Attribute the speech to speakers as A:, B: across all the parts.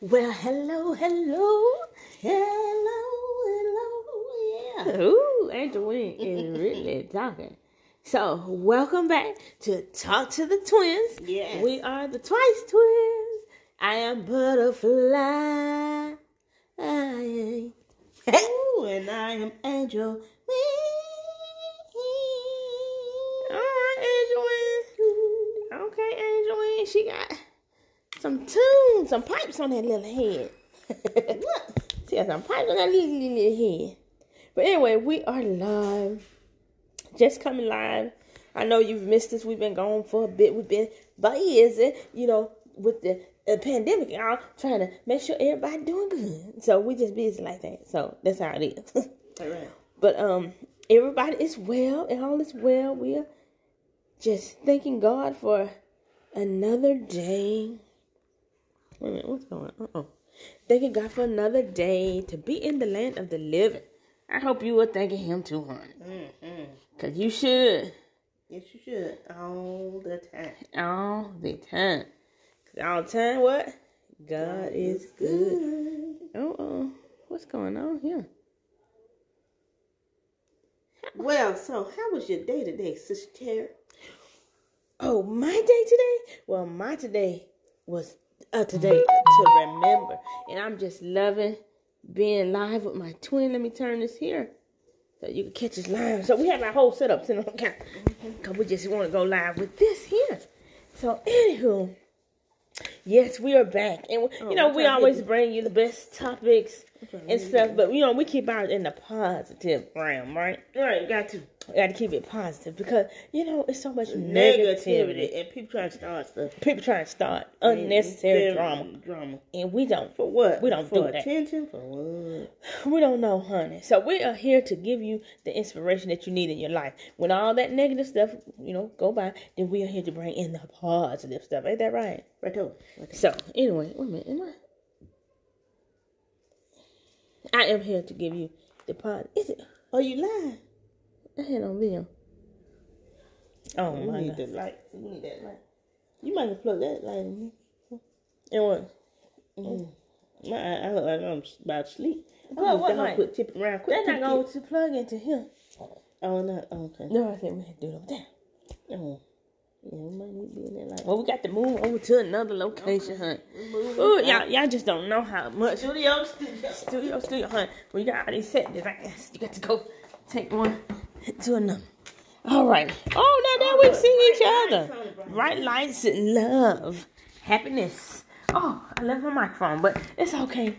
A: Well, hello, hello, hello, hello, yeah. Ooh, Angel Wing is really talking. So, welcome back to Talk to the Twins.
B: Yes.
A: We are the Twice Twins. I am Butterfly.
B: Ooh, and I am Angel.
A: All right, Angel Wing. Okay, Angel Wing. She got some tunes, some pipes on that little head. Look, she got some pipes on that little, little, little head. But anyway, we are live. Just coming live. I know you've missed us. We've been gone for a bit. We've been busy, you know, with the uh, pandemic and all, trying to make sure everybody doing good. So we just busy like that. So that's how it is.
B: All right.
A: But um, everybody is well and all is well. We are just thanking God for another day. Wait a minute, what's going on? Uh-oh. Thanking God for another day to be in the land of the living. I hope you are thanking Him too, honey. Mm-hmm.
B: Mm-mm.
A: Because you should
B: Yes, you should. All the time.
A: all the time. 'Cause all the time, what? God is good. Oh, oh. What's going on here?
B: Well, so how was your day today, Sister Terry?
A: Oh, my day today? Well, my today was uh, today to remember. And I'm just loving being live with my twin. Let me turn this here so you can catch us live. So we have our whole setup sitting on camera because we just want to go live with this here. So, anywho, yes, we are back. And, we- you know,
B: Oh, what
A: we
B: time
A: always
B: is
A: bring you the best topics
B: time
A: and stuff, but, you know, we keep ours in the positive realm, right?
B: All right, got to.
A: I got to keep it positive because, you know, it's so much negativity
B: Negativity and people trying to start stuff.
A: people trying to start unnecessary
B: Very
A: drama,
B: Drama.
A: and we don't.
B: For what?
A: We don't
B: for
A: do that.
B: attention. For what?
A: We don't know, honey. So we are here to give you the inspiration that you need in your life. When all that negative stuff, you know, go by, then we are here to bring in the positive stuff. Ain't that right?
B: Right over. Right there.
A: So anyway, wait a minute. Am I? I am here to give you the pod. Is it?
B: Oh, you lying?
A: I had on video. Oh
B: We
A: my
B: need
A: god!
B: that light. We need that light. You might as well plug that light in.
A: It was.
B: My, I, I look like I'm s- about to sleep. I
A: Well,
B: just
A: what
B: don't
A: light?
B: Quit tipping around. Quit
A: They're not
B: tipping-
A: going to plug into him.
B: Oh no. Oh, okay.
A: No, I think we had to do it over there.
B: Oh. Yeah, we might need to be in that light.
A: Well, we got to move over to another location, huh?
B: moving
A: Ooh, y'all, y'all just don't know how much
B: Studio, studio.
A: studio, studio, huh? We got all these set designs. You got to go take one to another. All right. Oh, now that we see each other. Bright lights and love, happiness. Oh, I left my microphone, but it's okay.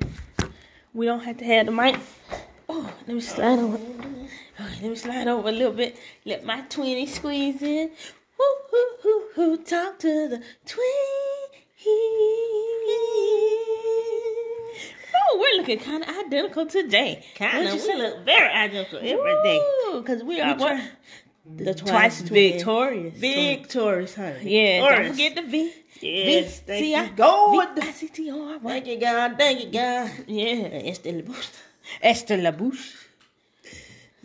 A: We don't have to have the mic. Oh, let me slide over. Okay, let me slide over a little bit. Let my twenty squeeze in. Hoo hoo hoo hoo. Talk to the twins. Oh, we're looking kind of identical today.
B: I know we look very identical every day.
A: because we are
B: We try-
A: we're the
B: Twice
A: twice twins.
B: victorious. Victorious, honey.
A: Yeah,
B: Victorious.
A: don't forget the V.
B: Yes,
A: V,
B: thank
A: C,
B: you,
A: I-
B: God.
A: V, I, C, T, O, R, Y.
B: Thank you, God. Thank you, God.
A: Yeah.
B: Este la bouche. Este la bouche.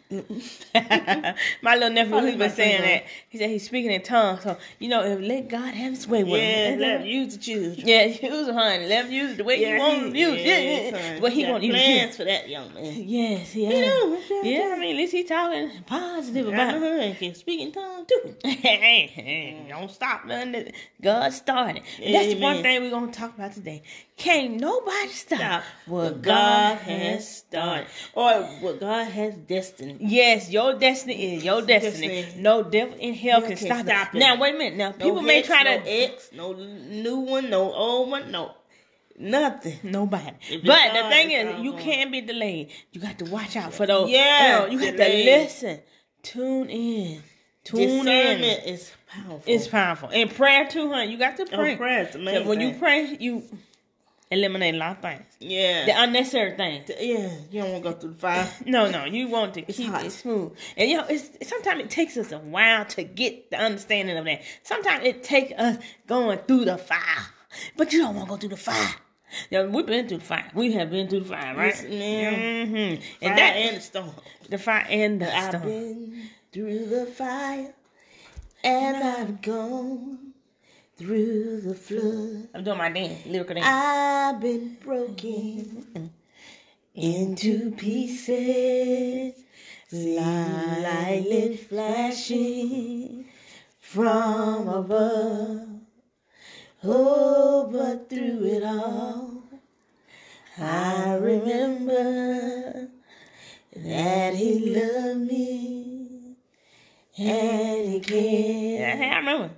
A: My little nephew,
B: Probably
A: he's
B: my
A: been saying
B: favorite.
A: that. He said he's speaking in tongues. So, you know, if let God have his way with
B: Yeah,
A: him.
B: let you to choose.
A: Yeah, use it, honey. Let him use it the way you want him to use it. Yeah, yeah, yeah. But he
B: got
A: won't use
B: plans
A: it.
B: for that young man.
A: Yes, yeah.
B: do, that's what I'm
A: yeah, I
B: saying.
A: mean, at least he's talking positive about it.
B: Uh-huh, and can speak in tongue too.
A: hey, hey, don't stop nothing. that God started. And That's the one
B: Amen.
A: thing we're gonna talk about today. Can't nobody stop,
B: Stop.
A: what
B: What God has started, or what God has destined.
A: Yes, your destiny is your destiny.
B: Destiny.
A: No devil in hell
B: You
A: can,
B: can
A: stop,
B: stop
A: it.
B: it.
A: Now wait a minute. Now
B: No
A: people may
B: hex,
A: try
B: no
A: to
B: ex, no new one, no old one, no nothing.
A: nobody.
B: If it's
A: But the
B: God,
A: thing
B: it's
A: is,
B: all
A: you
B: God.
A: can be delayed. You got to watch out for those. uh, you
B: Yeah,
A: know, you got to
B: delayed.
A: listen, tune in, tune in.
B: Discernment is powerful. Oh,
A: It's powerful. And prayer too, honey. You got to pray.
B: prayer is
A: So
B: amazing.
A: When you pray, you eliminate a lot of things.
B: yeah,
A: The unnecessary things.
B: yeah. You don't want to go through the fire.
A: No, no, you want to keep
B: hot.
A: it smooth. And you know, it's sometimes it takes us a while to get the understanding of that. Sometimes it takes us going through the fire. But you don't want to go through the fire. Now, we've been through the fire. We have been through the fire, right?
B: Yes, ma'am.
A: hmm And
B: Fire
A: that
B: and the storm.
A: the fire and the
B: I've
A: storm.
B: been through the fire, and I've gone through the flood.
A: I'm doing my dance, lyrical dance.
B: I've been broken into pieces, lightning flashing from above. Oh, but through it all, I remember that He loved me and He
A: yeah,
B: cared.
A: hey, I remember.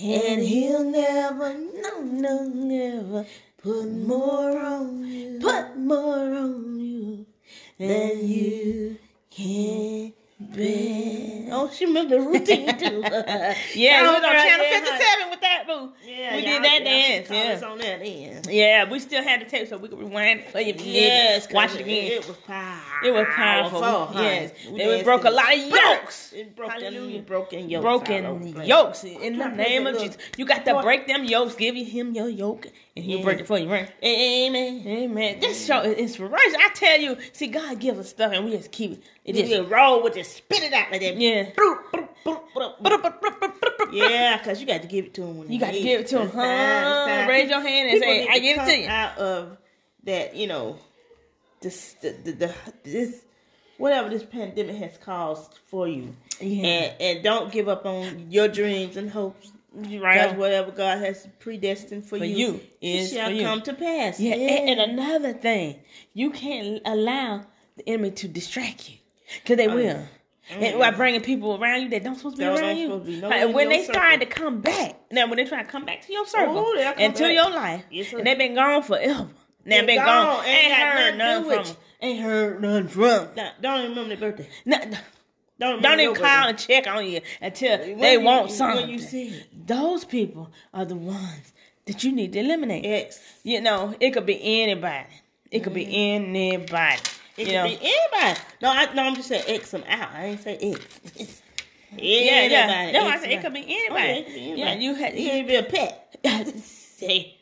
B: And he'll never, no, no, never put more on you. Put more on you than you can bear.
A: Oh, she remember the routine too. yeah, we was on
B: girl,
A: Channel
B: yeah,
A: 57 with that boo.
B: Yeah,
A: we
B: y'all-
A: did that
B: y'all
A: dance.
B: should call us
A: Yeah.
B: on that end.
A: yeah, we still had the tape so we could rewind it for you. if you didn't
B: Yes, 'cause
A: watch it again.
B: was powerful.
A: It was powerful.
B: honey.
A: Yes,
B: We
A: They- we
B: danced
A: broke a
B: in-
A: lot of yokes.
B: It broke
A: Hallelujah.
B: them broken yokes. all over the
A: Broken
B: place.
A: yokes in the
B: trying to
A: name
B: make
A: of
B: it
A: Jesus.
B: look-
A: You got to
B: Boy.
A: break them yokes. Give him your yoke, and he'll
B: Yeah.
A: break it for you, right?
B: Amen.
A: Amen. This show is inspiration. I tell you, see, God gives us stuff, and we just keep it. It
B: You
A: is.
B: just roll with it, spit it out like that.
A: Yeah.
B: Boop, boop, boop, boop, boop. Yeah, because you got to give it to him. When
A: You
B: he
A: got to
B: needs
A: give it to him,
B: That's fine, that's
A: huh?
B: fine.
A: Raise your hand and
B: People
A: say,
B: need
A: "I give it
B: come
A: to you."
B: Out of that, you know, this, the, the, the, this, whatever this pandemic has caused for you,
A: Yeah,
B: and and don't give up on your dreams and hopes. Because
A: right.
B: whatever God has predestined for,
A: For
B: you,
A: you
B: it
A: is
B: shall
A: for you.
B: come to pass.
A: Yeah, And, and another thing, you can't allow the enemy to distract you, because they will.
B: Oh, yeah.
A: And by bringing people around you that don't supposed to be
B: That don't
A: around you,
B: supposed to be nowhere
A: Like,
B: in
A: when
B: your
A: they start to
B: circle.
A: come back, now when they try to come back to your circle
B: Oh, they'll come
A: and to
B: back.
A: your life,
B: Yes, sir.
A: and they've been gone forever. Now
B: Been
A: been, gone,
B: gone,
A: ain't,
B: ain't had
A: heard
B: nothing to
A: nothing
B: do
A: from
B: with
A: them. Ain't heard nothing from. them.
B: Don't- don't even remember their birthday.
A: No- no.
B: Don't remember
A: Don't even
B: your
A: call
B: birthday.
A: and check on you until
B: When
A: they
B: you-
A: want something.
B: when you see it.
A: Those people are the ones that you need to eliminate.
B: Yes.
A: You know, it could be anybody. It could be anybody.
B: Mm-hmm.
A: you
B: It could
A: know,
B: be anybody. No, I, no, I'm just saying X them out. I ain't say X.
A: yeah,
B: yeah,
A: yeah. No, I said it could be
B: Oh, yeah, it
A: anybody.
B: could be
A: Yeah,
B: anybody.
A: you had.
B: You can't be a pet.
A: Say,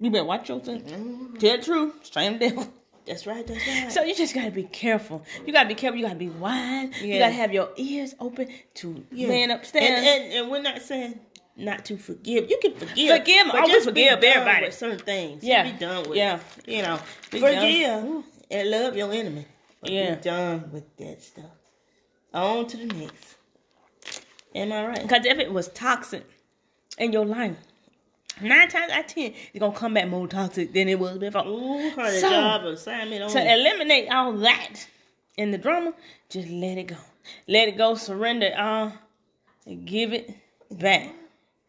A: you better watch yourself. Tell the truth, shame the devil.
B: That's right. That's right.
A: So you just gotta be careful. You gotta be careful. You gotta be wise. You
B: Yeah.
A: gotta have your ears open to
B: Yeah.
A: man upstairs.
B: And, and, and we're not saying not to forgive. You can forgive.
A: Forgive.
B: but
A: Oh, we
B: just
A: forgive
B: be done
A: everybody.
B: with certain things.
A: Yeah.
B: Yeah. Be done with.
A: Yeah.
B: You know,
A: Be done.
B: forgive and love your enemy. But
A: Yeah.
B: Be done with that stuff. On to the next. Am I right?
A: Because if it was toxic in your life, nine times out of ten, it's going to come back more toxic than it was before.
B: Ooh, honey,
A: So-
B: job assignment on.
A: To eliminate all that in the drama, just let it go. Let it go, surrender it all, and give it back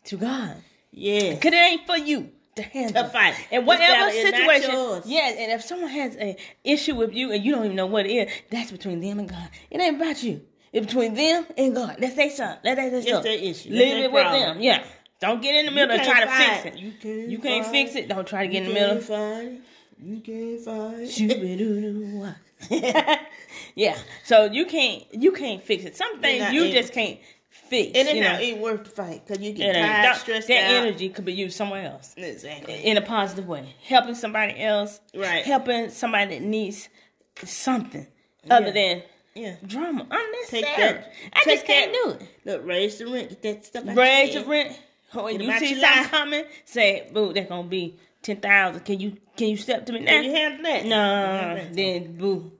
A: to God.
B: yeah.
A: Because it ain't for you to handle.
B: To fight.
A: And
B: It's
A: whatever
B: not- it's not
A: situation,
B: yours.
A: yeah, and if someone has an issue with you and you don't even know what it is, that's between them and God. It ain't about you. It's between them and God. That's their son. That's their son.
B: their issue. That's
A: Leave
B: their
A: it with
B: problem.
A: them. Yeah. Don't get in the middle and
B: can't
A: try to
B: fight.
A: fix it.
B: You can't
A: You can't
B: fight.
A: fix it. Don't try to get in the
B: can't
A: middle.
B: fight. You can't fight.
A: Shoo-ba-doo-doo-wah. yeah. So you can't you can't fix it. Some things
B: not
A: you
B: able
A: just can't fix.
B: It
A: you
B: ain't,
A: know.
B: not, ain't worth the fight because you
A: It
B: get
A: ain't.
B: tired,
A: That-
B: stressed
A: that
B: out.
A: energy could be used somewhere else
B: Exactly.
A: in a positive way, helping somebody else,
B: Right.
A: Helping somebody that needs something other than
B: Yeah.
A: drama. Unnecessary.
B: Take that.
A: I
B: take
A: just can't
B: that-
A: do it.
B: Look, raise the rent. Get that stuff. out your
A: Raise the
B: head.
A: rent. When
B: Get
A: you
B: about
A: see
B: your
A: something
B: life.
A: coming, say, "Boo, that's gonna be ten thousand. Can you can you step to me now?"
B: Can you handle that?
A: no,
B: Handle that.
A: then boo,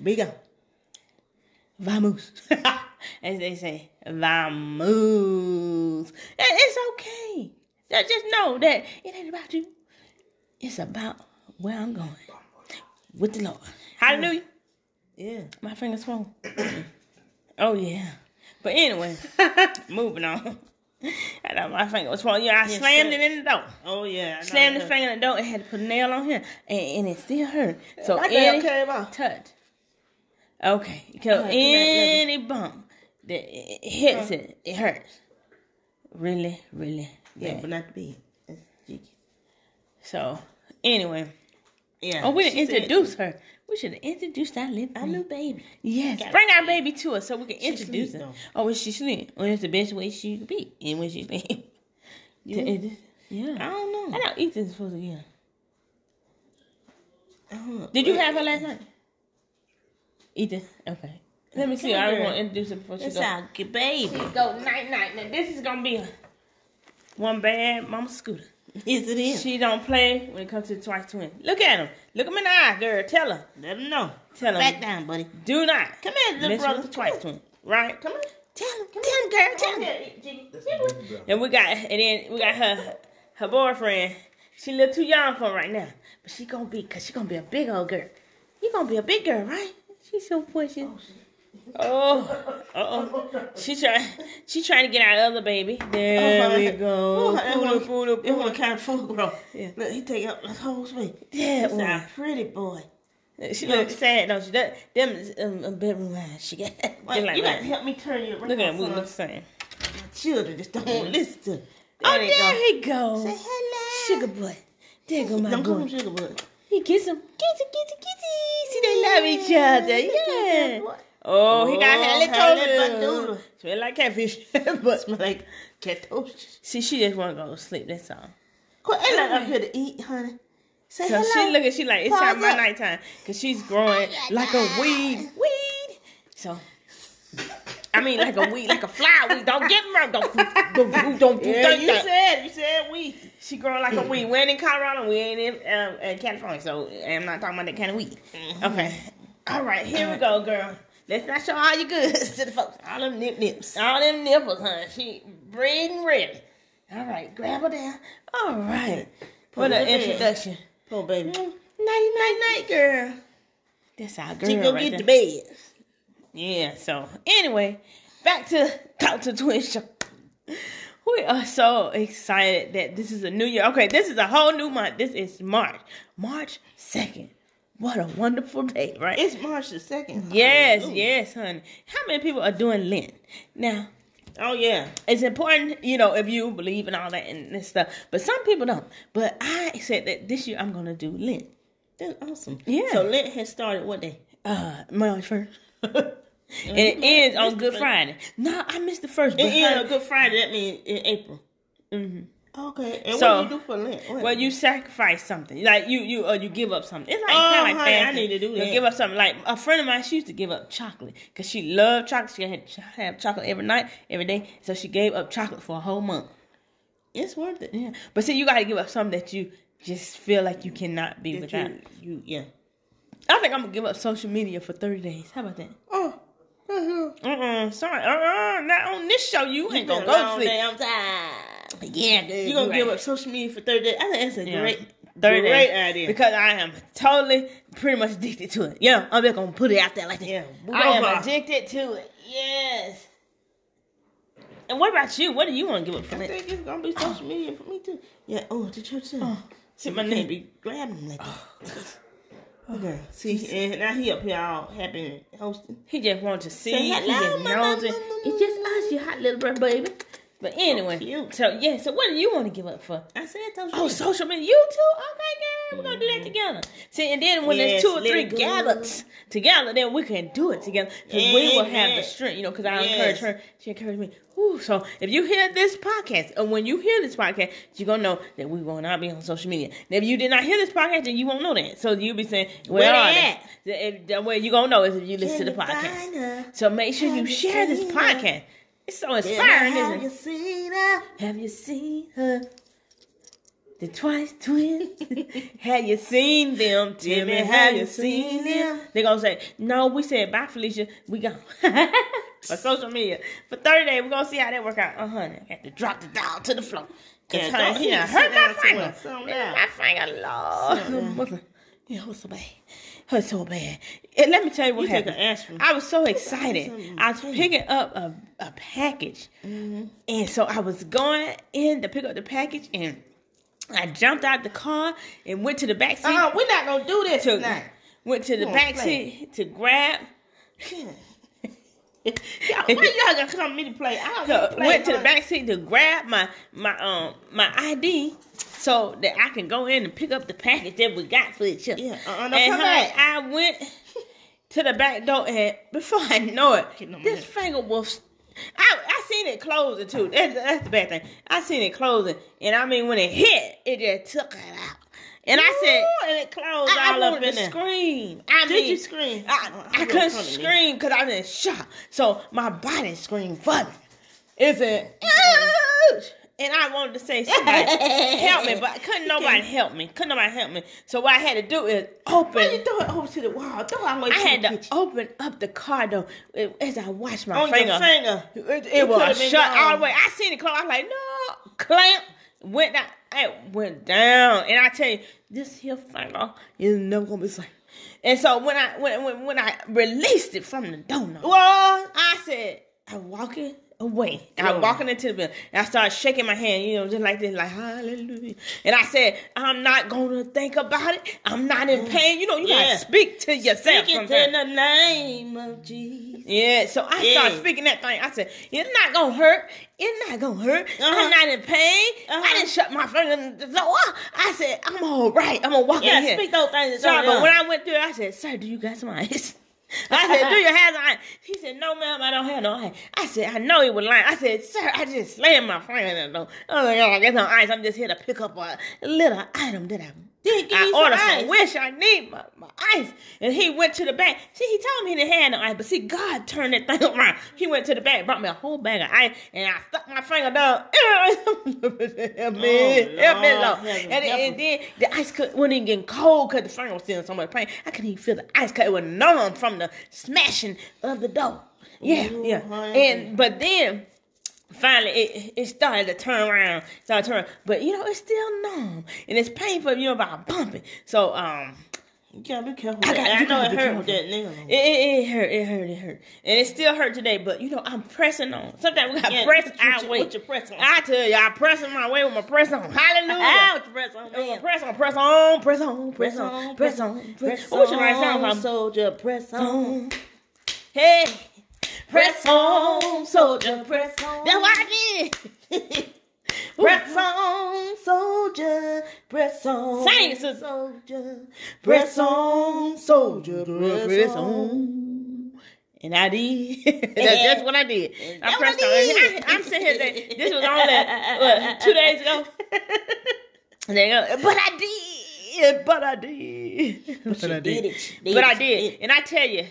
B: Be gone.
A: vamos, as they say, vamos. And it's okay. That- Just know that it ain't about you. It's about where I'm going with the Lord. Hallelujah.
B: Yeah.
A: My fingers swung. oh yeah. But anyway, moving on. I thought my finger was swollen. Yeah, I
B: Yes,
A: slammed
B: sir.
A: it in the door.
B: oh yeah. I know
A: Slammed the
B: that.
A: finger in the door and had to put a nail on here, and, and it still hurt. So
B: My
A: any
B: nail came off.
A: touch, okay, because
B: Alright,
A: any bump that it it hits it, it hurts. Really, really
B: Yeah,
A: bad.
B: but not to be. That's cheeky.
A: So anyway,
B: Yeah.
A: oh, we didn't
B: She said-
A: introduce her. We should have introduced our little
B: Our little baby.
A: Yes,
B: Gotta
A: bring our baby to us so we can introduce
B: sleep,
A: her.
B: though.
A: Oh, when she sleep, well, that's the best way she could be, and when she sleep,
B: You- I
A: yeah.
B: don't
A: I
B: know.
A: know Ethan's supposed to get. her.
B: I don't know.
A: Did you have her last night? Ethan, okay. Let me see.
B: Come
A: I
B: here.
A: want to introduce her before she
B: That's
A: goes.
B: our good baby.
A: Go night night. Now this is gonna be. One bad mama scooter.
B: Is it in?
A: She don't play when it comes to the twice twin. Look at him. Look him in the eye, girl. Tell her. Let him know. Tell him.
B: Back down, buddy.
A: Do not
B: Come here, little
A: mess
B: brother.
A: with the twice twin. Right? Come on.
B: Tell him, tell him, girl, tell him.
A: And we got and then we got her her boyfriend. She a little too young for him right now. But she gonna be cause she gonna be a big old girl. You gonna be a big girl, right? She so pushy. Oh, uh oh. She trying she trying to get our other baby. There
B: Oh,
A: we go. Poodle, poodle,
B: It
A: poodle.
B: was kind of full grown.
A: Yeah.
B: Look, he take up the whole space.
A: That
B: He's
A: one.
B: a pretty boy.
A: She look sad, don't she? That, them is, um, um, bedroom eyes she got. They
B: Wait,
A: like
B: you got
A: that.
B: to help me turn you around.
A: Look at him, we
B: son.
A: look the same.
B: Children just don't want to listen to. him.
A: Oh,
B: There they go.
A: there he goes.
B: Say hello.
A: Sugar butt. There go my
B: Don't call him
A: boy.
B: sugar butt.
A: He kiss him. Kissy, kissy, kissy. See, they love each other. Yeah. Oh, he got
B: Oh,
A: Hallie
B: Hallie
A: Toes.
B: Badoodle.
A: Smell like catfish.
B: But
A: but
B: smell like cat toast.
A: see, she just want to go to sleep. That's all.
B: Quit ain't nothing up here to eat, honey. Say
A: So
B: hello.
A: she looking. She like it's time for
B: Pause up. Oh,
A: nighttime because she's growing like a weed. Weed. So. I mean, like a weed, like a fly weed. Don't get me wrong. Don't, don't, don't, don't
B: yeah,
A: think
B: you
A: that.
B: said you said we.
A: She growing like a weed. We ain't in Colorado. We ain't in, um, in California. So I'm not talking about that kind of weed.
B: Mm-hmm.
A: Okay. All right. Here we go, girl. Let's not show all your goods to the folks.
B: All them nip nips.
A: All them nipples, huh? She breeding ready. All right. Grab her down. All right. What
B: Put
A: an
B: her in.
A: introduction.
B: Poor baby.
A: Night, night, night, girl. That's our girl.
B: She go
A: right
B: get
A: there.
B: to bed.
A: Yeah, so anyway, back to Talk to Twin Show. We are so excited that this is a new year. Okay, this is a whole new month. This is March. March 2nd. What a wonderful day, right?
B: It's March the second.
A: yes,
B: Hallelujah.
A: yes, honey. How many people are doing Lent? Now,
B: Oh yeah.
A: it's important, you know, if you believe in all that and this stuff, but some people don't. But I said that this year I'm going to do Lent.
B: That's awesome.
A: Yeah.
B: So Lent has started what day?
A: Uh, March 1st. and it ends on Good Friday. No, I missed the first. but
B: It ends
A: honey,
B: on Good Friday. That means in April.
A: Mhm.
B: Okay. And
A: So-
B: what do you do for Lent? What?
A: Well, you sacrifice something, like you you or you give up something. It's like
B: Oh,
A: kind of like
B: honey, I
A: fasting.
B: need to do
A: You
B: that.
A: give up something. Like a friend of mine, she used to give up chocolate because she loved chocolate. She had ch- have chocolate every night, every day. So she gave up chocolate for a whole month.
B: it's worth it.
A: Yeah, but see, you got to give up something that you just feel like you cannot be
B: That
A: without.
B: you, you yeah.
A: I think I'm gonna give up social media for thirty days. How about that?
B: Oh. Uh-huh.
A: Uh uh sorry, uh uh, not on this show. You ain't gonna go
B: Gonna
A: to sleep.
B: I'm tired.
A: Yeah, good.
B: You gonna give
A: right.
B: up social media for thirty days? I think that's a
A: Yeah.
B: great,
A: Thirty
B: great
A: days.
B: idea.
A: Because I am totally pretty much addicted to it. Yeah, I'm just gonna put it out there like that.
B: Yeah, we
A: I am
B: gonna-
A: addicted to it. Yes. And what about you? What do you want to give up for
B: I
A: that?
B: think it's gonna be social media for me too. Yeah. Oh, the church. Oh. See, my name Oh. be grabbing him like that. Okay. See, and now he up here all happy and hosting.
A: He just wanted to see.
B: Say
A: he
B: hello,
A: just
B: my
A: knows it.
B: mama, mama,
A: It's just us, you hot little brother baby. But anyway,
B: cute.
A: so yeah. So what do you want to give up for?
B: I said social.
A: Oh,
B: media.
A: social media. You too? Okay, girl. We're going to do that together. See, and then when
B: Mm-hmm.
A: there's
B: Yes,
A: two or
B: let
A: three
B: it go.
A: gathered together, then we can do it together. 'Cause we will have the
B: Amen.
A: strength, you know, because I encourage
B: Yes.
A: her. She encouraged me. Ooh, so if you hear this podcast, and when you hear this podcast, you're going to know that we will not be on social media. And if you did not hear this podcast, then you won't know that. So you'll be saying, where,
B: Where
A: are
B: they
A: they?
B: at?
A: The, if, the way you're going to know is if you listen to the
B: Can you
A: podcast.
B: find her?
A: So make sure you
B: Have you
A: share this
B: seen her?
A: podcast. It's so
B: Then
A: inspiring,
B: have
A: isn't
B: you
A: it?
B: seen her?
A: Have you seen her? The twice twins. have you seen them, Timmy?
B: Timmy,
A: Have you seen them? They're gonna say, No, we said bye Felicia, we gone. For social media. For 30 days, we're gonna see how that work out. Uh honey. I had to drop the dog to the floor. Cause
B: Yeah,
A: honey,
B: don't-
A: he
B: he
A: done
B: sit
A: hurt my
B: down
A: finger.
B: somewhere, somewhere.
A: Hurt My finger,
B: Sit down.
A: Lord. Yeah, it was so bad. It was so bad. And let me tell you what
B: You take
A: happened.
B: an aspirin.
A: I was so excited.
B: something. Mm-hmm.
A: I was picking up a, a package. And so I was going in to pick up the package and I jumped out the car and went to the back seat.
B: Uh, we're not gonna do this
A: to,
B: tonight.
A: Went to the
B: Come on,
A: back
B: play.
A: seat to grab.
B: Y'all, why y'all gonna come me to play? I don't wanna play.
A: went to the
B: huh?
A: back seat to grab my my um my ID so that I can go in and pick up the package that we got for each other.
B: Yeah, uh-uh, don't
A: and honey,
B: come back.
A: I went to the back door and before I know
B: Get no
A: it, this
B: minute.
A: finger was. I, I seen it closing too. That's, that's the bad thing. I seen it closing, and I mean when it hit, it just took it out. And I said,
B: Ooh, and it closed
A: I, I
B: all up
A: wanted
B: in
A: to
B: there.
A: scream. I
B: Did
A: mean,
B: you scream?
A: I, I
B: I'm
A: couldn't
B: coming to me.
A: scream because I was in shock. So my body screamed for me. It's an and I wanted to say somebody help me, but couldn't nobody help me. Couldn't nobody help me. So what I had to do is
B: Why you
A: open.
B: throw it over to the wall? Throw it all the way
A: I
B: to the
A: had to
B: kitchen.
A: open up the car door uh, as I washed my
B: on
A: finger.
B: your finger.
A: It, it
B: You could've
A: was
B: been
A: shut all
B: gone.
A: the way. I seen it close. I was like, no, clamp went down. It went down, and I tell you, this here finger is never gonna be the same. And so when I when when, when I released it from the donut,
B: Well,
A: I said, I'm walking away.
B: Yeah.
A: I'm walking into the building. And I started shaking my hand, you know, just like this, like hallelujah. And I said, I'm not gonna think about it. I'm not in pain. You know, you
B: Yeah.
A: gotta speak to yourself.
B: speak it
A: sometimes.
B: in the name of Jesus.
A: Yeah, so I
B: Yeah.
A: started speaking that thing. I said, It's not gonna hurt. It's not gonna hurt.
B: Uh-huh.
A: I'm not in pain. I
B: Uh-huh.
A: didn't shut my finger. So I said, I'm all right. I'm gonna walk
B: Yeah,
A: in here.
B: speak those things.
A: Sir,
B: yeah.
A: but when I went through, I said, "Sir, do you got some ice?" I said, "Do you have ice?" He said, "No, ma'am, I don't have no ice." I said, "I know he was lying." I said, "Sir, I just slammed my friend in the door." I was like, "Oh, I got some ice. I'm just here to pick up a little item that I."
B: Did give
A: I
B: you some
A: ordered
B: ice.
A: some wish I need my, my ice. And he went to the back. See, he told me he didn't have no ice, but see, God turned that thing around. He went to the back, brought me a whole bag of ice, and I stuck my finger down. help me, help me,
B: Oh, Lord,
A: Lord.
B: heaven,
A: And, it-
B: help
A: and
B: us.
A: then the ice cut wasn't even getting cold because the finger was still in so much pain. I couldn't even feel the ice cut. It was numb from the smashing of the door. Yeah,
B: Ooh,
A: yeah.
B: honey.
A: And but then finally it, it started to turn around. Started turning. But you know, it's still numb. And it's painful, you know, about bumping. So um
B: You gotta be careful.
A: I got-
B: with that. I
A: you
B: know
A: gotta
B: it
A: be
B: hurt with that
A: careful.
B: nail.
A: it, it, it hurt, it hurt, it hurt. And it still hurt today, but you know, I'm pressing on. Sometimes we gotta
B: Yeah,
A: press
B: what you-
A: our way.
B: What you press on?
A: I tell you, I'm pressing my way with my press on. Hallelujah.
B: Ah, what you press on?
A: I'm gonna
B: man?
A: Press on, press on, press on, press on, press on, press on. What should I sound like?
B: soldier? Press on,
A: Hey,
B: press on, soldier, press on.
A: that's what I did.
B: Press on, soldier, press on.
A: Sing it, sister.
B: soldier. Press on, soldier, press on.
A: And I did. That- that's what I did. I
B: That's
A: pressed
B: what
A: on.
B: I
A: I,
B: did.
A: I'm sitting here. saying, This was only what, two days ago. And they go, but I did. But I did.
B: She did it. She
A: But I
B: it. She
A: did. And I tell you,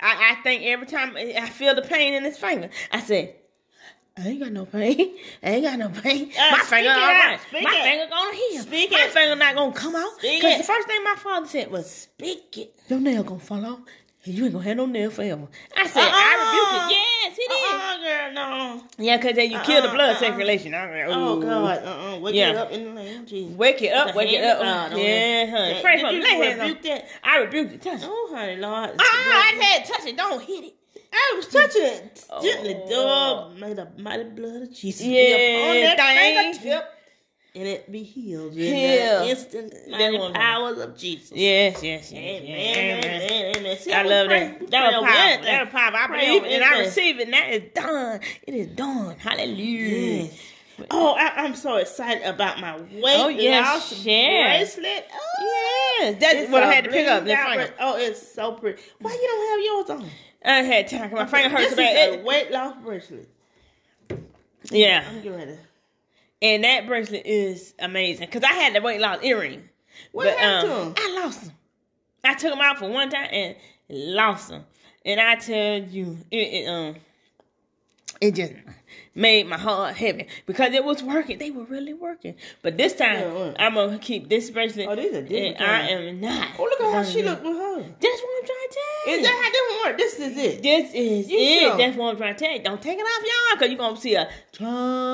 A: I, I think every time I feel the pain in this finger, I say, I ain't got no pain. I ain't got no pain.
B: Uh,
A: my
B: speak
A: finger
B: it
A: all
B: out.
A: right.
B: Speak
A: My
B: it.
A: finger gonna heal.
B: Speak
A: my
B: it.
A: finger not gonna come out.
B: Speak
A: Because
B: it.
A: the first thing my father said was,
B: Speak it.
A: your nail gonna fall off. And you ain't gonna have no nail forever. I said,
B: Uh-uh.
A: I rebuke it. Yes, he did.
B: Uh-uh, girl, no.
A: Yeah, because then you kill the
B: Uh-uh,
A: blood
B: uh-uh.
A: circulation. I was like,
B: Oh,
A: ooh.
B: God. Uh-uh. Wake
A: Yeah.
B: it up in the name of Jesus.
A: Wake it
B: The
A: up, wake it
B: hand of
A: up.
B: God on
A: yeah,
B: it.
A: honey.
B: That-
A: Pray
B: did
A: for me.
B: you
A: Lay hands
B: rebuke
A: on-
B: that?
A: I rebuked it. Touch it.
B: Oh, honey, Lord.
A: Ah, I said touch it. Don't hit it.
B: I was touching it.
A: Oh.
B: Gently, dog. May the mighty blood of Jesus
A: Yeah,
B: be upon that
A: thank
B: fingertip. And it be healed in
A: Healed.
B: the instant
A: That
B: mighty
A: one.
B: powers of Jesus.
A: Yes, yes, yes.
B: Amen.
A: yes,
B: Amen. Amen. See,
A: I
B: we
A: love
B: pray- we
A: that. That
B: pray
A: was
B: over
A: powerful.
B: everything.
A: That was powerful. I
B: Pray
A: believe
B: over
A: it and I
B: everything.
A: receive it. And that is done. It is done. Hallelujah.
B: Yes. Oh, I, I'm so excited about my weight
A: Oh, yes,
B: loss
A: share.
B: bracelet. Oh,
A: Yes, that's what I
B: a
A: had to pick up.
B: blue
A: The
B: dot
A: finger.
B: bra- Oh, it's so pretty. Why you don't have yours on?
A: I had time. My finger hurts
B: this
A: so
B: is
A: bad.
B: a weight loss bracelet.
A: It- yeah,
B: I'm getting ready.
A: and that bracelet is amazing because I had the weight loss earring.
B: What happened
A: um,
B: to 'em?
A: I lost them. I took them out for one time and lost them. And I tell you, it, it um, it just made my heart heavy because it was working. They were really working. But this time,
B: Yeah, what?
A: I'm gonna keep this bracelet.
B: Oh, these are different
A: and I
B: kinds.
A: am not.
B: Oh, look at how she look with her.
A: That's what I'm trying to tell you.
B: Is that how different work? This is it.
A: This is
B: You
A: it.
B: sure?
A: That's what I'm trying to tell you. Don't take it off, y'all, because you're going to see a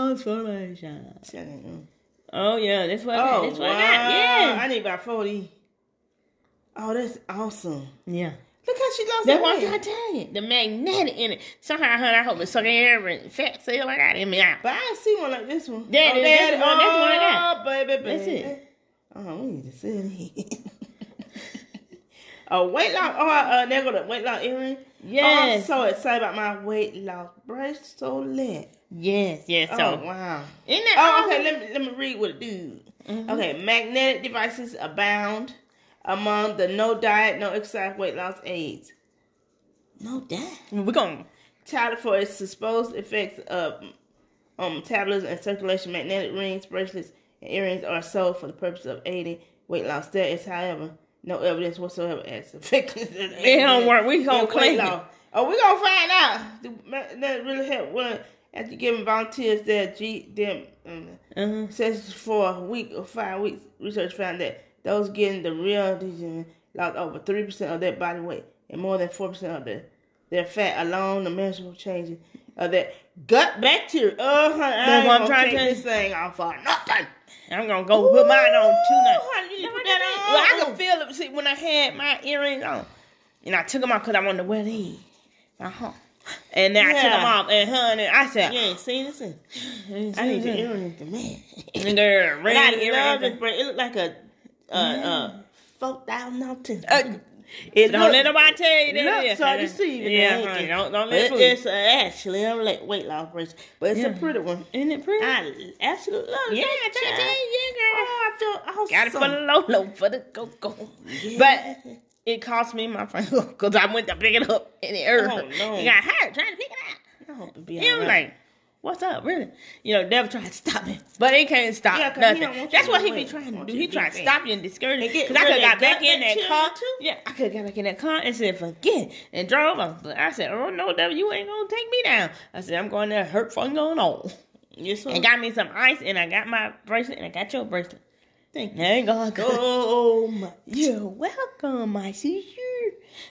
A: transformation. Oh, yeah. That's what I got.
B: Oh,
A: That's
B: wow.
A: what I got.
B: I
A: Yeah.
B: need about 40. Oh, that's awesome.
A: Yeah.
B: Look how she
A: That's
B: lost that
A: what I'm
B: weight.
A: trying to tell you. The magnetic in it. Somehow, honey, I hope it's sucking every fat cell I got in me out.
B: But I don't see one like this one. Oh,
A: There it is. That's
B: there
A: the one- that's the one I got.
B: Oh, baby, baby.
A: That's it.
B: Oh, we need to see it. A weight loss, oh, uh, there go the weight loss earring.
A: Yes.
B: Oh, I'm so excited about my weight loss bracelet.
A: Yes, yes.
B: Oh,
A: so,
B: wow.
A: isn't that
B: Oh,
A: awesome?
B: okay. Mm-hmm. Let me let me read what it do. Okay, magnetic devices abound among the no diet, no exercise weight loss aids. No diet.
A: We're going.
B: Touted for its supposed effects of on metabolism and circulation, magnetic rings, bracelets, and earrings are sold for the purpose of aiding weight loss. There is, however, no evidence whatsoever as effective. It
A: don't work. We gonna claim it.
B: Oh, we gonna find out. The- That really help. Well, after giving volunteers their G them um,
A: Uh-huh.
B: sessions for a week or five weeks, research found that those getting the real oxygen lost over three percent of their body weight and more than four percent of their their fat alone. The measurable changes of their gut bacteria. Uh huh.
A: That's what I'm trying to tell
B: this
A: you.
B: thing off for nothing.
A: I'm gonna go put mine on
B: Ooh,
A: tonight.
B: honey, you put
A: Well,
B: that
A: I
B: on.
A: could feel it see, when I had my earrings on, and I took them off because I wanted to wear these. Uh huh. And then I took
B: Uh-huh. Yeah.
A: them off, and honey, I said, Mm-hmm.
B: You ain't seen this. in- I
A: I
B: need the
A: to
B: earrings, to man.
A: And they're red
B: I love
A: earrings.
B: it, but it looked like a uh uh folk down mountain.
A: Uh,
B: it
A: don't
B: look-
A: let nobody tell you
B: It
A: that.
B: looks so deceiving.
A: Yeah,
B: ain't
A: honey,
B: it?
A: don't, don't let
B: It,
A: fool you.
B: it's uh, actually a la- weight loss person, but it's
A: Yeah.
B: a pretty one.
A: Isn't it pretty?
B: I absolutely love it.
A: yeah, I tell you,
B: Child.
A: yeah, girl.
B: Oh, I feel awesome.
A: Got it for the low, low, for the go, go. But it cost me my phone because I went to pick it up and it hurt.
B: Oh, no.
A: It got hurt trying to pick it up.
B: I hope it be
A: He
B: all
A: was
B: right.
A: like, "What's up, really?" You know, devil tried to stop me, but it can't stop
B: Yeah, 'cause he don't
A: nothing.
B: want
A: That's
B: you
A: what
B: to
A: he be
B: win.
A: trying to
B: Want
A: do.
B: you
A: He
B: to
A: tried
B: be
A: to
B: bad.
A: stop you and discourage you.
B: And get
A: Because I could
B: rid
A: have
B: of
A: got
B: that
A: back in
B: gut
A: that
B: bacteria,
A: car.
B: too.
A: Yeah, I could have got back in that car and said, "Forget," it," and drove on. But I said, "Oh no, devil, you ain't gonna take me down." I said, "I'm going there, hurt fun going on."
B: Yes,
A: And got me some ice, and I got my bracelet, and I got your bracelet.
B: Thank you.
A: Thank God.
B: Oh my.
A: You're welcome, my sister.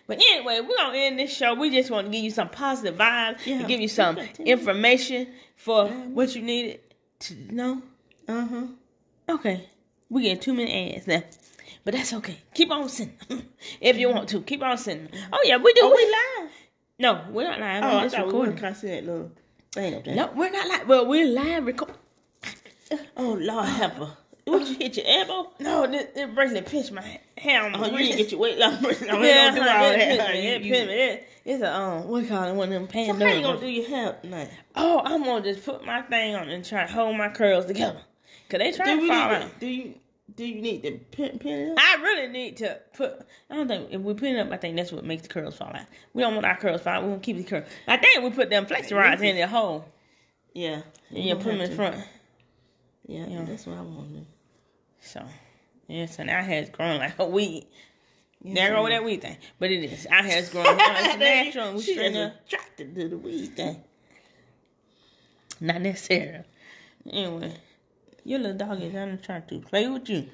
A: But anyway, we're gonna end this show. We just want to give you some positive vibes
B: Yeah.
A: and give you some
B: Yeah, tell me.
A: information for what you needed to know.
B: Uh huh.
A: Oh, Okay, we get two minute ads now, but that's okay. Keep on sending them. if you want to. Keep on sending. them. Oh yeah, we do.
B: Are we live?
A: no, we're not live.
B: Oh,
A: I'm
B: I
A: just
B: thought we were
A: recording.
B: kind of that little thing up there.
A: no, we're not live. Well, we're live recording.
B: Oh Lord, help her. Would you hit your elbow?
A: No, this, this bracelet pinched my hair on my
B: Oh, you
A: wrist.
B: didn't get your weight loss. person. No, we
A: yeah,
B: don't do all
A: honey,
B: that.
A: that
B: honey.
A: pivot, that
B: You-
A: pivot, that- It's a um, what you call it, one of them
B: So
A: pants.
B: how you gonna do your hair tonight?
A: Oh, I'm gonna just put my thing on and try to hold my curls together, cause they
B: Do
A: trying
B: you
A: to fall out.
B: need? Do you do you need to pin pin it up?
A: I really need to put. I don't think if we put it up, I think that's what makes the curls fall out. We don't want our curls fall. out. We want to keep the curls. I think we put them flexi rods in the hole
B: Yeah.
A: and you put them in front.
B: Yeah,
A: Yeah.
B: that's what I want to do.
A: So, yeah. So now hair's growing like a weed.
B: Yes,
A: There go
B: ma'am.
A: that weed thing, but it is. Our hair's growing. It's natural. And we
B: She
A: straighten
B: is
A: up.
B: attracted to the weed thing.
A: Not necessarily. Anyway, your little dog is trying to try to play with you.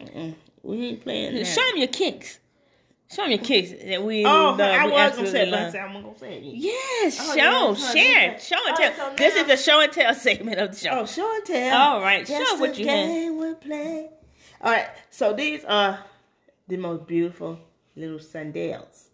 B: Mm-mm. We ain't playing that.
A: Show him your kicks. Show him your kicks that we
B: Oh,
A: love.
B: I
A: we
B: was gonna say
A: absolutely
B: it, but I
A: love.
B: said I'm not gonna say it. yet.
A: Yes,
B: Oh,
A: show,
B: yes, honey,
A: share,
B: yes.
A: show and
B: Oh,
A: tell.
B: so
A: this
B: now-
A: is the show and tell segment of the show.
B: Oh, show and tell.
A: All right, show
B: Just
A: what
B: a
A: you have.
B: game we play. All right, so these are the most beautiful little sandals.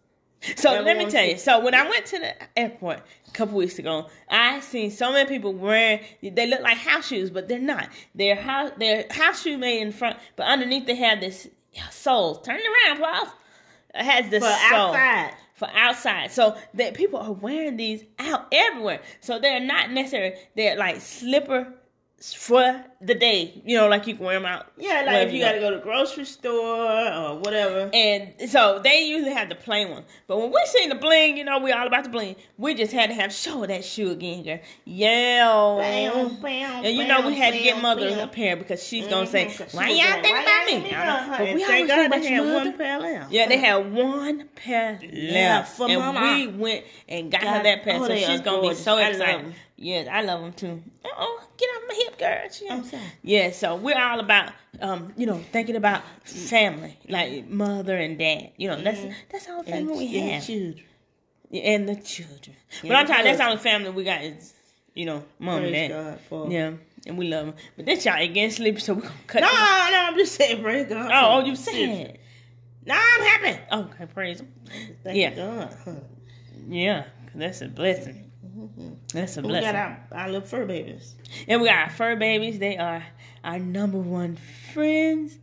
A: So
B: Never
A: let me
B: want
A: tell
B: to-
A: you. So when I went to the airport a couple weeks ago, I seen so many people wearing. They look like house shoes, but they're not. They're house. They're house shoe made in front, but underneath they have this sole. Turn it around, Paul. It has this
B: For
A: sole.
B: outside.
A: for outside. So that people are wearing these out everywhere. So they're not necessary. They're like slipper for the day. You know, like you can wear them out.
B: Yeah, like
A: wherever
B: if you gotta go to the grocery store or whatever.
A: And so they usually have the plain one. But when we seen the bling, you know, we all about the bling. We just had to have show of that shoe again, girl. Yeah. And you know we had to get mother a pair because she's gonna
B: Mm-hmm,
A: say, "Why y'all think about me?" But we always think about your mother.
B: pair left.
A: Yeah, they had one pair left,
B: for
A: and
B: mama.
A: we went and got, her
B: Got-
A: that pair.
B: oh,
A: so
B: they
A: she's
B: are
A: gonna be
B: gorgeous.
A: so
B: I love
A: excited.
B: 'em.
A: yes, I love them too. Uh oh, get off my hip, girl. She-
B: I'm sorry.
A: yeah, so we're all about, um, you know, thinking about family, like mother and dad. You know, that's that's all family
B: Mm-hmm. and,
A: we
B: and
A: have,
B: children.
A: Yeah, and the children.
B: And
A: but I'm
B: the
A: talking, that's
B: husband.
A: all the family we got is, you know, mom
B: Praise
A: and dad.
B: God for.
A: Yeah, and we love them. But this y'all again sleep, so we're gonna cut.
B: No, no,
A: them.
B: I'm just saying, praise
A: oh,
B: God. for
A: oh, you
B: children.
A: said.
B: No, I'm happy.
A: Okay, praise. 'em.
B: Thank
A: Yeah.
B: God. Huh.
A: Yeah, 'cause that's a blessing. That's a
B: Mm-hmm. We got
A: blessing.
B: our, our little fur babies.
A: and we got our fur babies. They are our number one friends.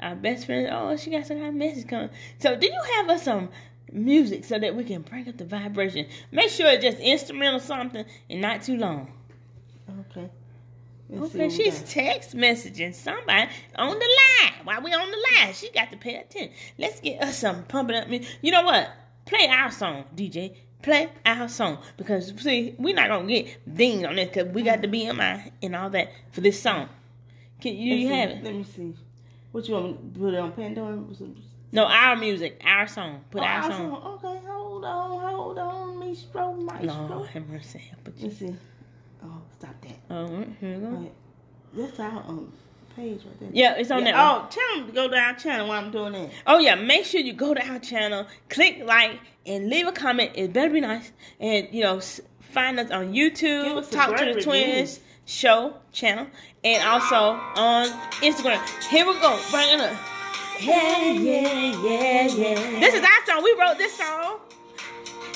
A: Our best friends. Oh, she got some kind of message coming. So, do you have us some music so that we can bring up the vibration? Make sure it's just instrumental something and not too long.
B: Okay. Let's see
A: Okay,
B: what we
A: she's
B: got.
A: text messaging somebody on the line. While we on the line, she got to pay attention. Let's get us some pumping up. mu- You know what? Play our song, DJ. Play our song because see, we're not gonna get dinged on this because we got the BMI and all that for this song. Can you, you
B: Let's see.
A: have it?
B: Let me see. What you want me to put it on Pandora? What's it-
A: No, our music, our song. Put
B: Oh,
A: our song.
B: our song. Okay, hold on, hold on. Me stroke my stroke.
A: Lord have mercy, help us.
B: Let's see. stop that.
A: Oh, here we go.
B: But that's our um, page right there.
A: Yeah, it's on that. one.
B: Oh, tell them to go to our channel while I'm doing that.
A: Oh yeah, make sure you go to our channel, click like, and leave a comment. It better be nice. And you know, s- find us on
B: Give
A: YouTube,
B: us a
A: Talk to
B: great
A: the
B: review.
A: Twins Show channel, and also on Instagram. Here we go, bring it up.
B: Yeah, yeah, yeah, yeah.
A: This is our song. We wrote this song,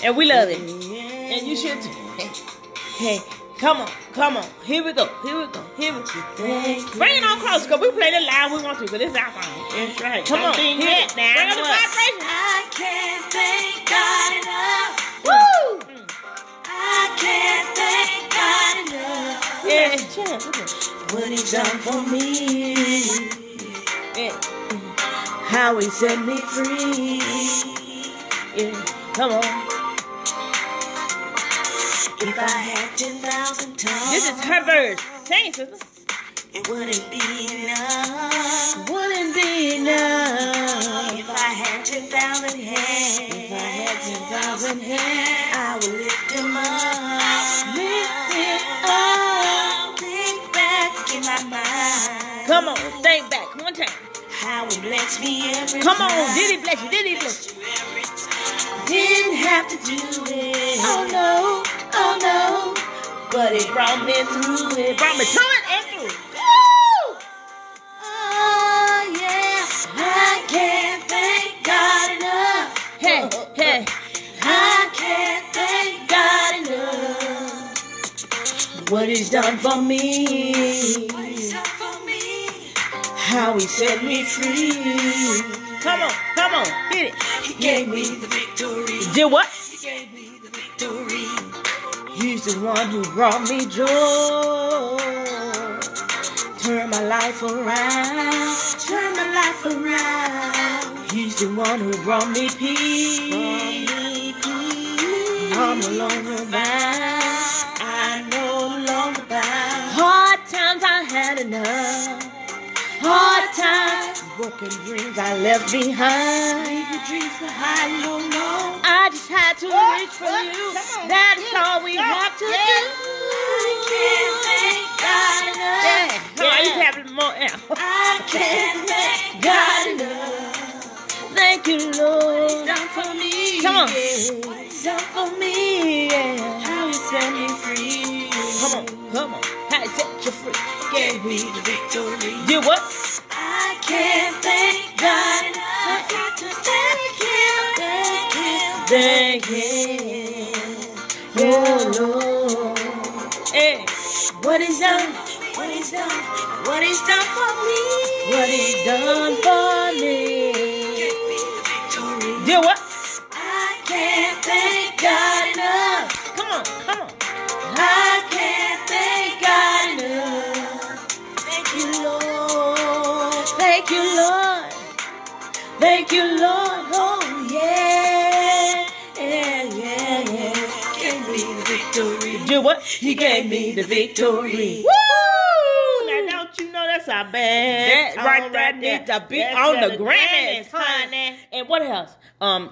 A: and we love it.
B: Yeah.
A: And you should too. Hey, come on, come on. Here we go. Here we go. Here we go. Bring it on close, cause we playing it live. We want to, cause it's our song.
B: That's right.
A: Come on,
B: Sing
A: hit
B: that
A: it
B: now.
A: now. Bring up the vibration.
C: I can't thank God enough.
A: Woo!
C: I can't thank God enough.
A: Yeah.
C: What He done for me,
A: yeah,
C: how He set me free.
A: yeah. Come on.
C: If I had ten thousand tongues,
A: This is her verse. Sing it, sister.
C: it wouldn't be enough.
B: Wouldn't be enough.
C: If I had ten thousand hands, if I had ten thousand hands, I would lift them up.
B: Lift it
C: up. Think back in my mind.
A: Come on, think back one time.
C: How it blessed me every
A: Come
C: time.
A: on, did he bless you? Did he bless you?
C: Didn't have to do it.
B: Oh,
C: no, oh no. But it brought me through it.
A: Brought me to it and through.
C: Oh yeah. I can't thank God enough.
A: Hey, hey.
C: I can't thank God enough. What he's done for me. How he set me free.
A: Come on, come on, hit it.
C: He gave me the victory.
A: Did what?
C: He gave me the victory. He's the one who brought me joy. Turn my life around. Turn my life around. He's the one who brought me peace. I'm no longer bound. I'm no longer bound.
A: Hard times I had.
C: Had enough. Hard times. Working dreams I left behind. Leave your dreams behind, no, no.
A: I just had to
C: Oh,
A: reach for
C: oh,
A: you.
C: come on,
A: That is all we
C: go.
A: have to
C: Yeah.
A: do.
C: I can't thank God enough.
A: Yeah, yeah. you having more now.
C: I can't thank God enough.
A: Thank you, Lord.
C: Done for me.
A: Come on.
C: yeah. What he's done for me. Yeah. How he set me free.
A: Come on, come on. How to set you free?
C: Gave me the victory.
A: Did what?
C: I can't thank God enough. Got to thank Him, thank
A: Thank
C: Him, Him. Oh Lord,
A: Hey,
C: what He's done, what He's done, what He's done for me,
A: What He done for me. Did what?
C: I can't thank God enough.
A: Come on, come on.
C: I can't thank God enough. Thank you, Lord.
A: Thank you, Lord.
C: Thank you, Lord. Oh, yeah. Yeah, yeah, yeah. Gave me the victory.
A: Did what?
C: He gave me the victory.
A: Woo!
B: Now, don't you know that's our band?
A: Hmm. That right there needs to be on the Grammys, honey. And what else? Um,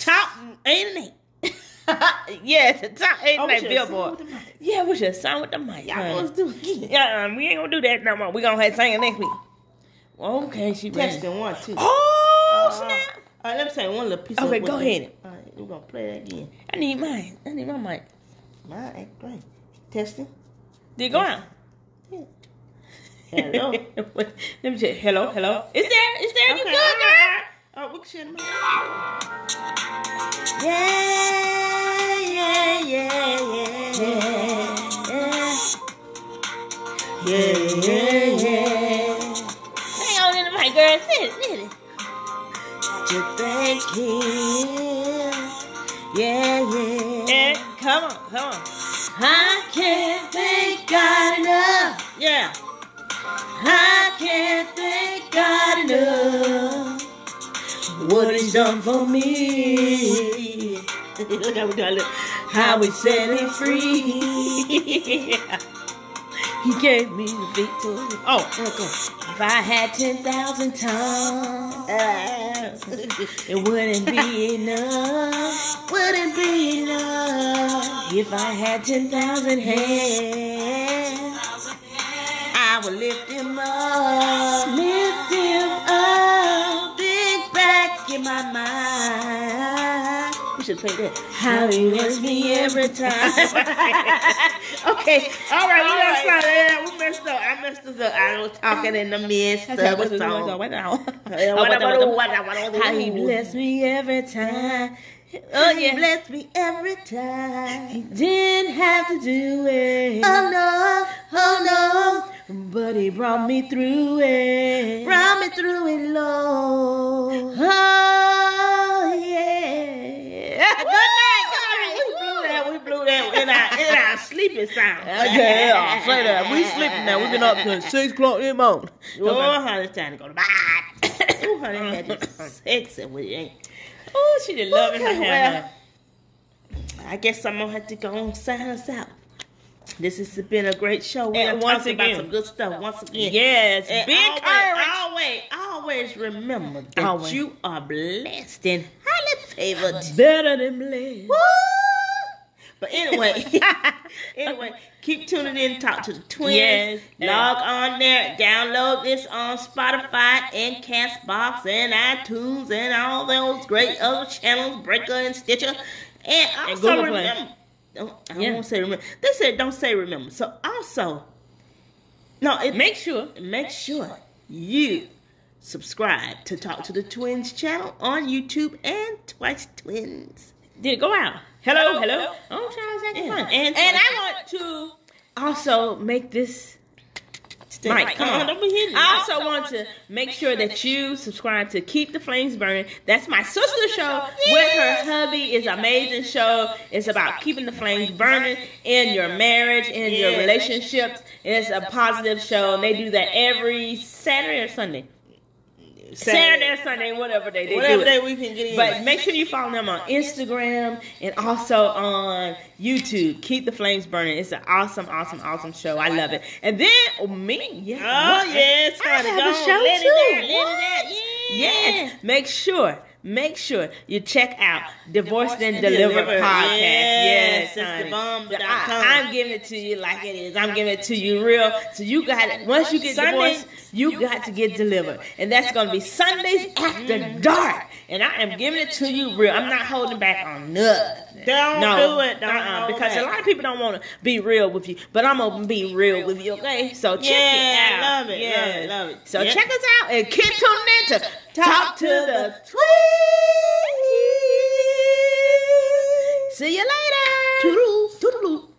B: Top, ain't it?
A: yeah, the top eight
B: Oh, we
A: night
B: should've
A: billboard.
B: sung with the mic.
A: Yeah, we should sign with the mic.
B: Y'all
A: huh?
B: let's do it again.
A: Yeah, um, we ain't gonna do that no more. We gonna have singing next week. Okay, she ready.
B: Testing one, two.
A: Oh
B: Uh-huh.
A: snap!
B: All right, let me tell you one little piece.
A: Okay,
B: of
A: go
B: what-
A: ahead.
B: All right, we're gonna play that again.
A: I need mine. I need my mic.
B: Mine ain't great. Testing.
A: Did it go out?
B: Hello. okay.
A: Let me check. Hello, hello. Is there? Is there? You good,
B: all
A: girl?
B: right, all right. Oh, we can share the mic.
C: Yeah, yeah, yeah, yeah, yeah. Yeah, yeah, yeah.
A: Hang on in the mic, girl. Sit, sit it.
C: To thank him. Yeah, yeah.
A: Yeah, Eh, come on, come on.
C: I can't thank God enough.
A: Yeah.
C: I can't thank God enough. What He's done for me,
B: Look how we got look.
C: how He set me free.
A: yeah. He gave me the victory. Oh,
C: If I had ten thousand
A: Oh.
C: tongues, it wouldn't be enough. Wouldn't be enough. If I had ten thousand hands. will lift him up.
B: Lift him
C: up. Think back in my mind.
B: We should play that.
C: How he lifts me every time.
B: Okay. All right.
A: All
B: we done
A: right.
B: started that. We messed up. I messed this up. I was talking in the midst of
A: Okay, what's
B: the
A: the
B: song.
A: song? What now?
B: How he blessed me every time.
C: Oh,
B: Oh
C: He
B: yeah.
C: blessed me every time.
B: He didn't have to do it.
C: Oh no, oh
B: But he brought me through
C: no,
B: it.
C: brought me through it, Lord.
B: Oh yeah. Good night. Good night. We blew that. We blew that in our in our sleeping sound.
A: Okay, yeah, say that. We sleeping now. We've been up till six o'clock in the morning.
B: Oh, honey, it's time to go to bed. Oh, honey, that is sexy with you. Oh, she did love in her
A: Okay,
B: hair. huh? I guess I'm gonna have to go and sign us out. This has been a great show. We
A: And
B: are
A: once
B: talking
A: again-
B: about some good stuff once again.
A: Yes,
B: And
A: big
B: always,
A: courage.
B: always, always remember that
A: Always.
B: you are blessed and highly favored.
A: Better than blessed.
B: But anyway, anyway, keep tuning in. Talk to the twins.
A: Yes.
B: Log on there. Download this on Spotify and Castbox and iTunes and all those great other channels, Breaker and Stitcher, and also
A: Google Play.
B: remember. Don't, I
A: Yeah.
B: won't say remember. They said don't say remember. So also, no, it,
A: Make sure.
B: make sure you subscribe to Talk to the Twins channel on YouTube and Twice Twins.
A: Did it go out? Hello, hello.
B: Oh, Charles,
A: Yeah.
B: acting fun.
A: And, and I want to also make this.
B: Mike, come on, don't be hitting.
A: I also want to make sure that you subscribe to Keep the Flames Burning. That's my sister's show with her hubby. It's an amazing show. It's about keeping the flames burning in your marriage, in your relationships. It's a positive show, and they do that every Saturday or Sunday. Saturday or Sunday, whatever day they do
B: whatever
A: it.
B: day we can get in.
A: But make sure you follow them on Instagram and also on YouTube. Keep the flames burning. It's an awesome, awesome, awesome show. I love it. And then oh, me, yeah.
B: oh
A: what?
B: yes,
A: I
B: honey,
A: have
B: go
A: a
B: on,
A: show
B: let
A: too.
B: It out, let
A: What?
B: it out. Yeah.
A: Yes. Make sure, make sure you check out Divorced and
B: Delivered.
A: Delivered podcast. Yes,
B: Yes, it's
A: honey.
B: the bomb dot
A: I-
B: com.
A: I'm giving it to you like it is. I'm giving it to you real. So you got it. Once you get
B: Sunday-
A: divorced, you got to get delivered, and that's going to be Sundays after dark. And I am giving it to you real. I'm not holding back on nothing.
B: Don't
A: No,
B: do it. Don't uh,
A: uh-uh,
B: hold
A: because
B: back.
A: a lot of people don't want to be real with you, but I'm gonna be real with you. Okay, so check
B: Yeah,
A: it out.
B: love it, love it, love it.
A: So
B: Yeah.
A: check us out and keep tuning in to talk, to the.
B: twins.
A: See you later.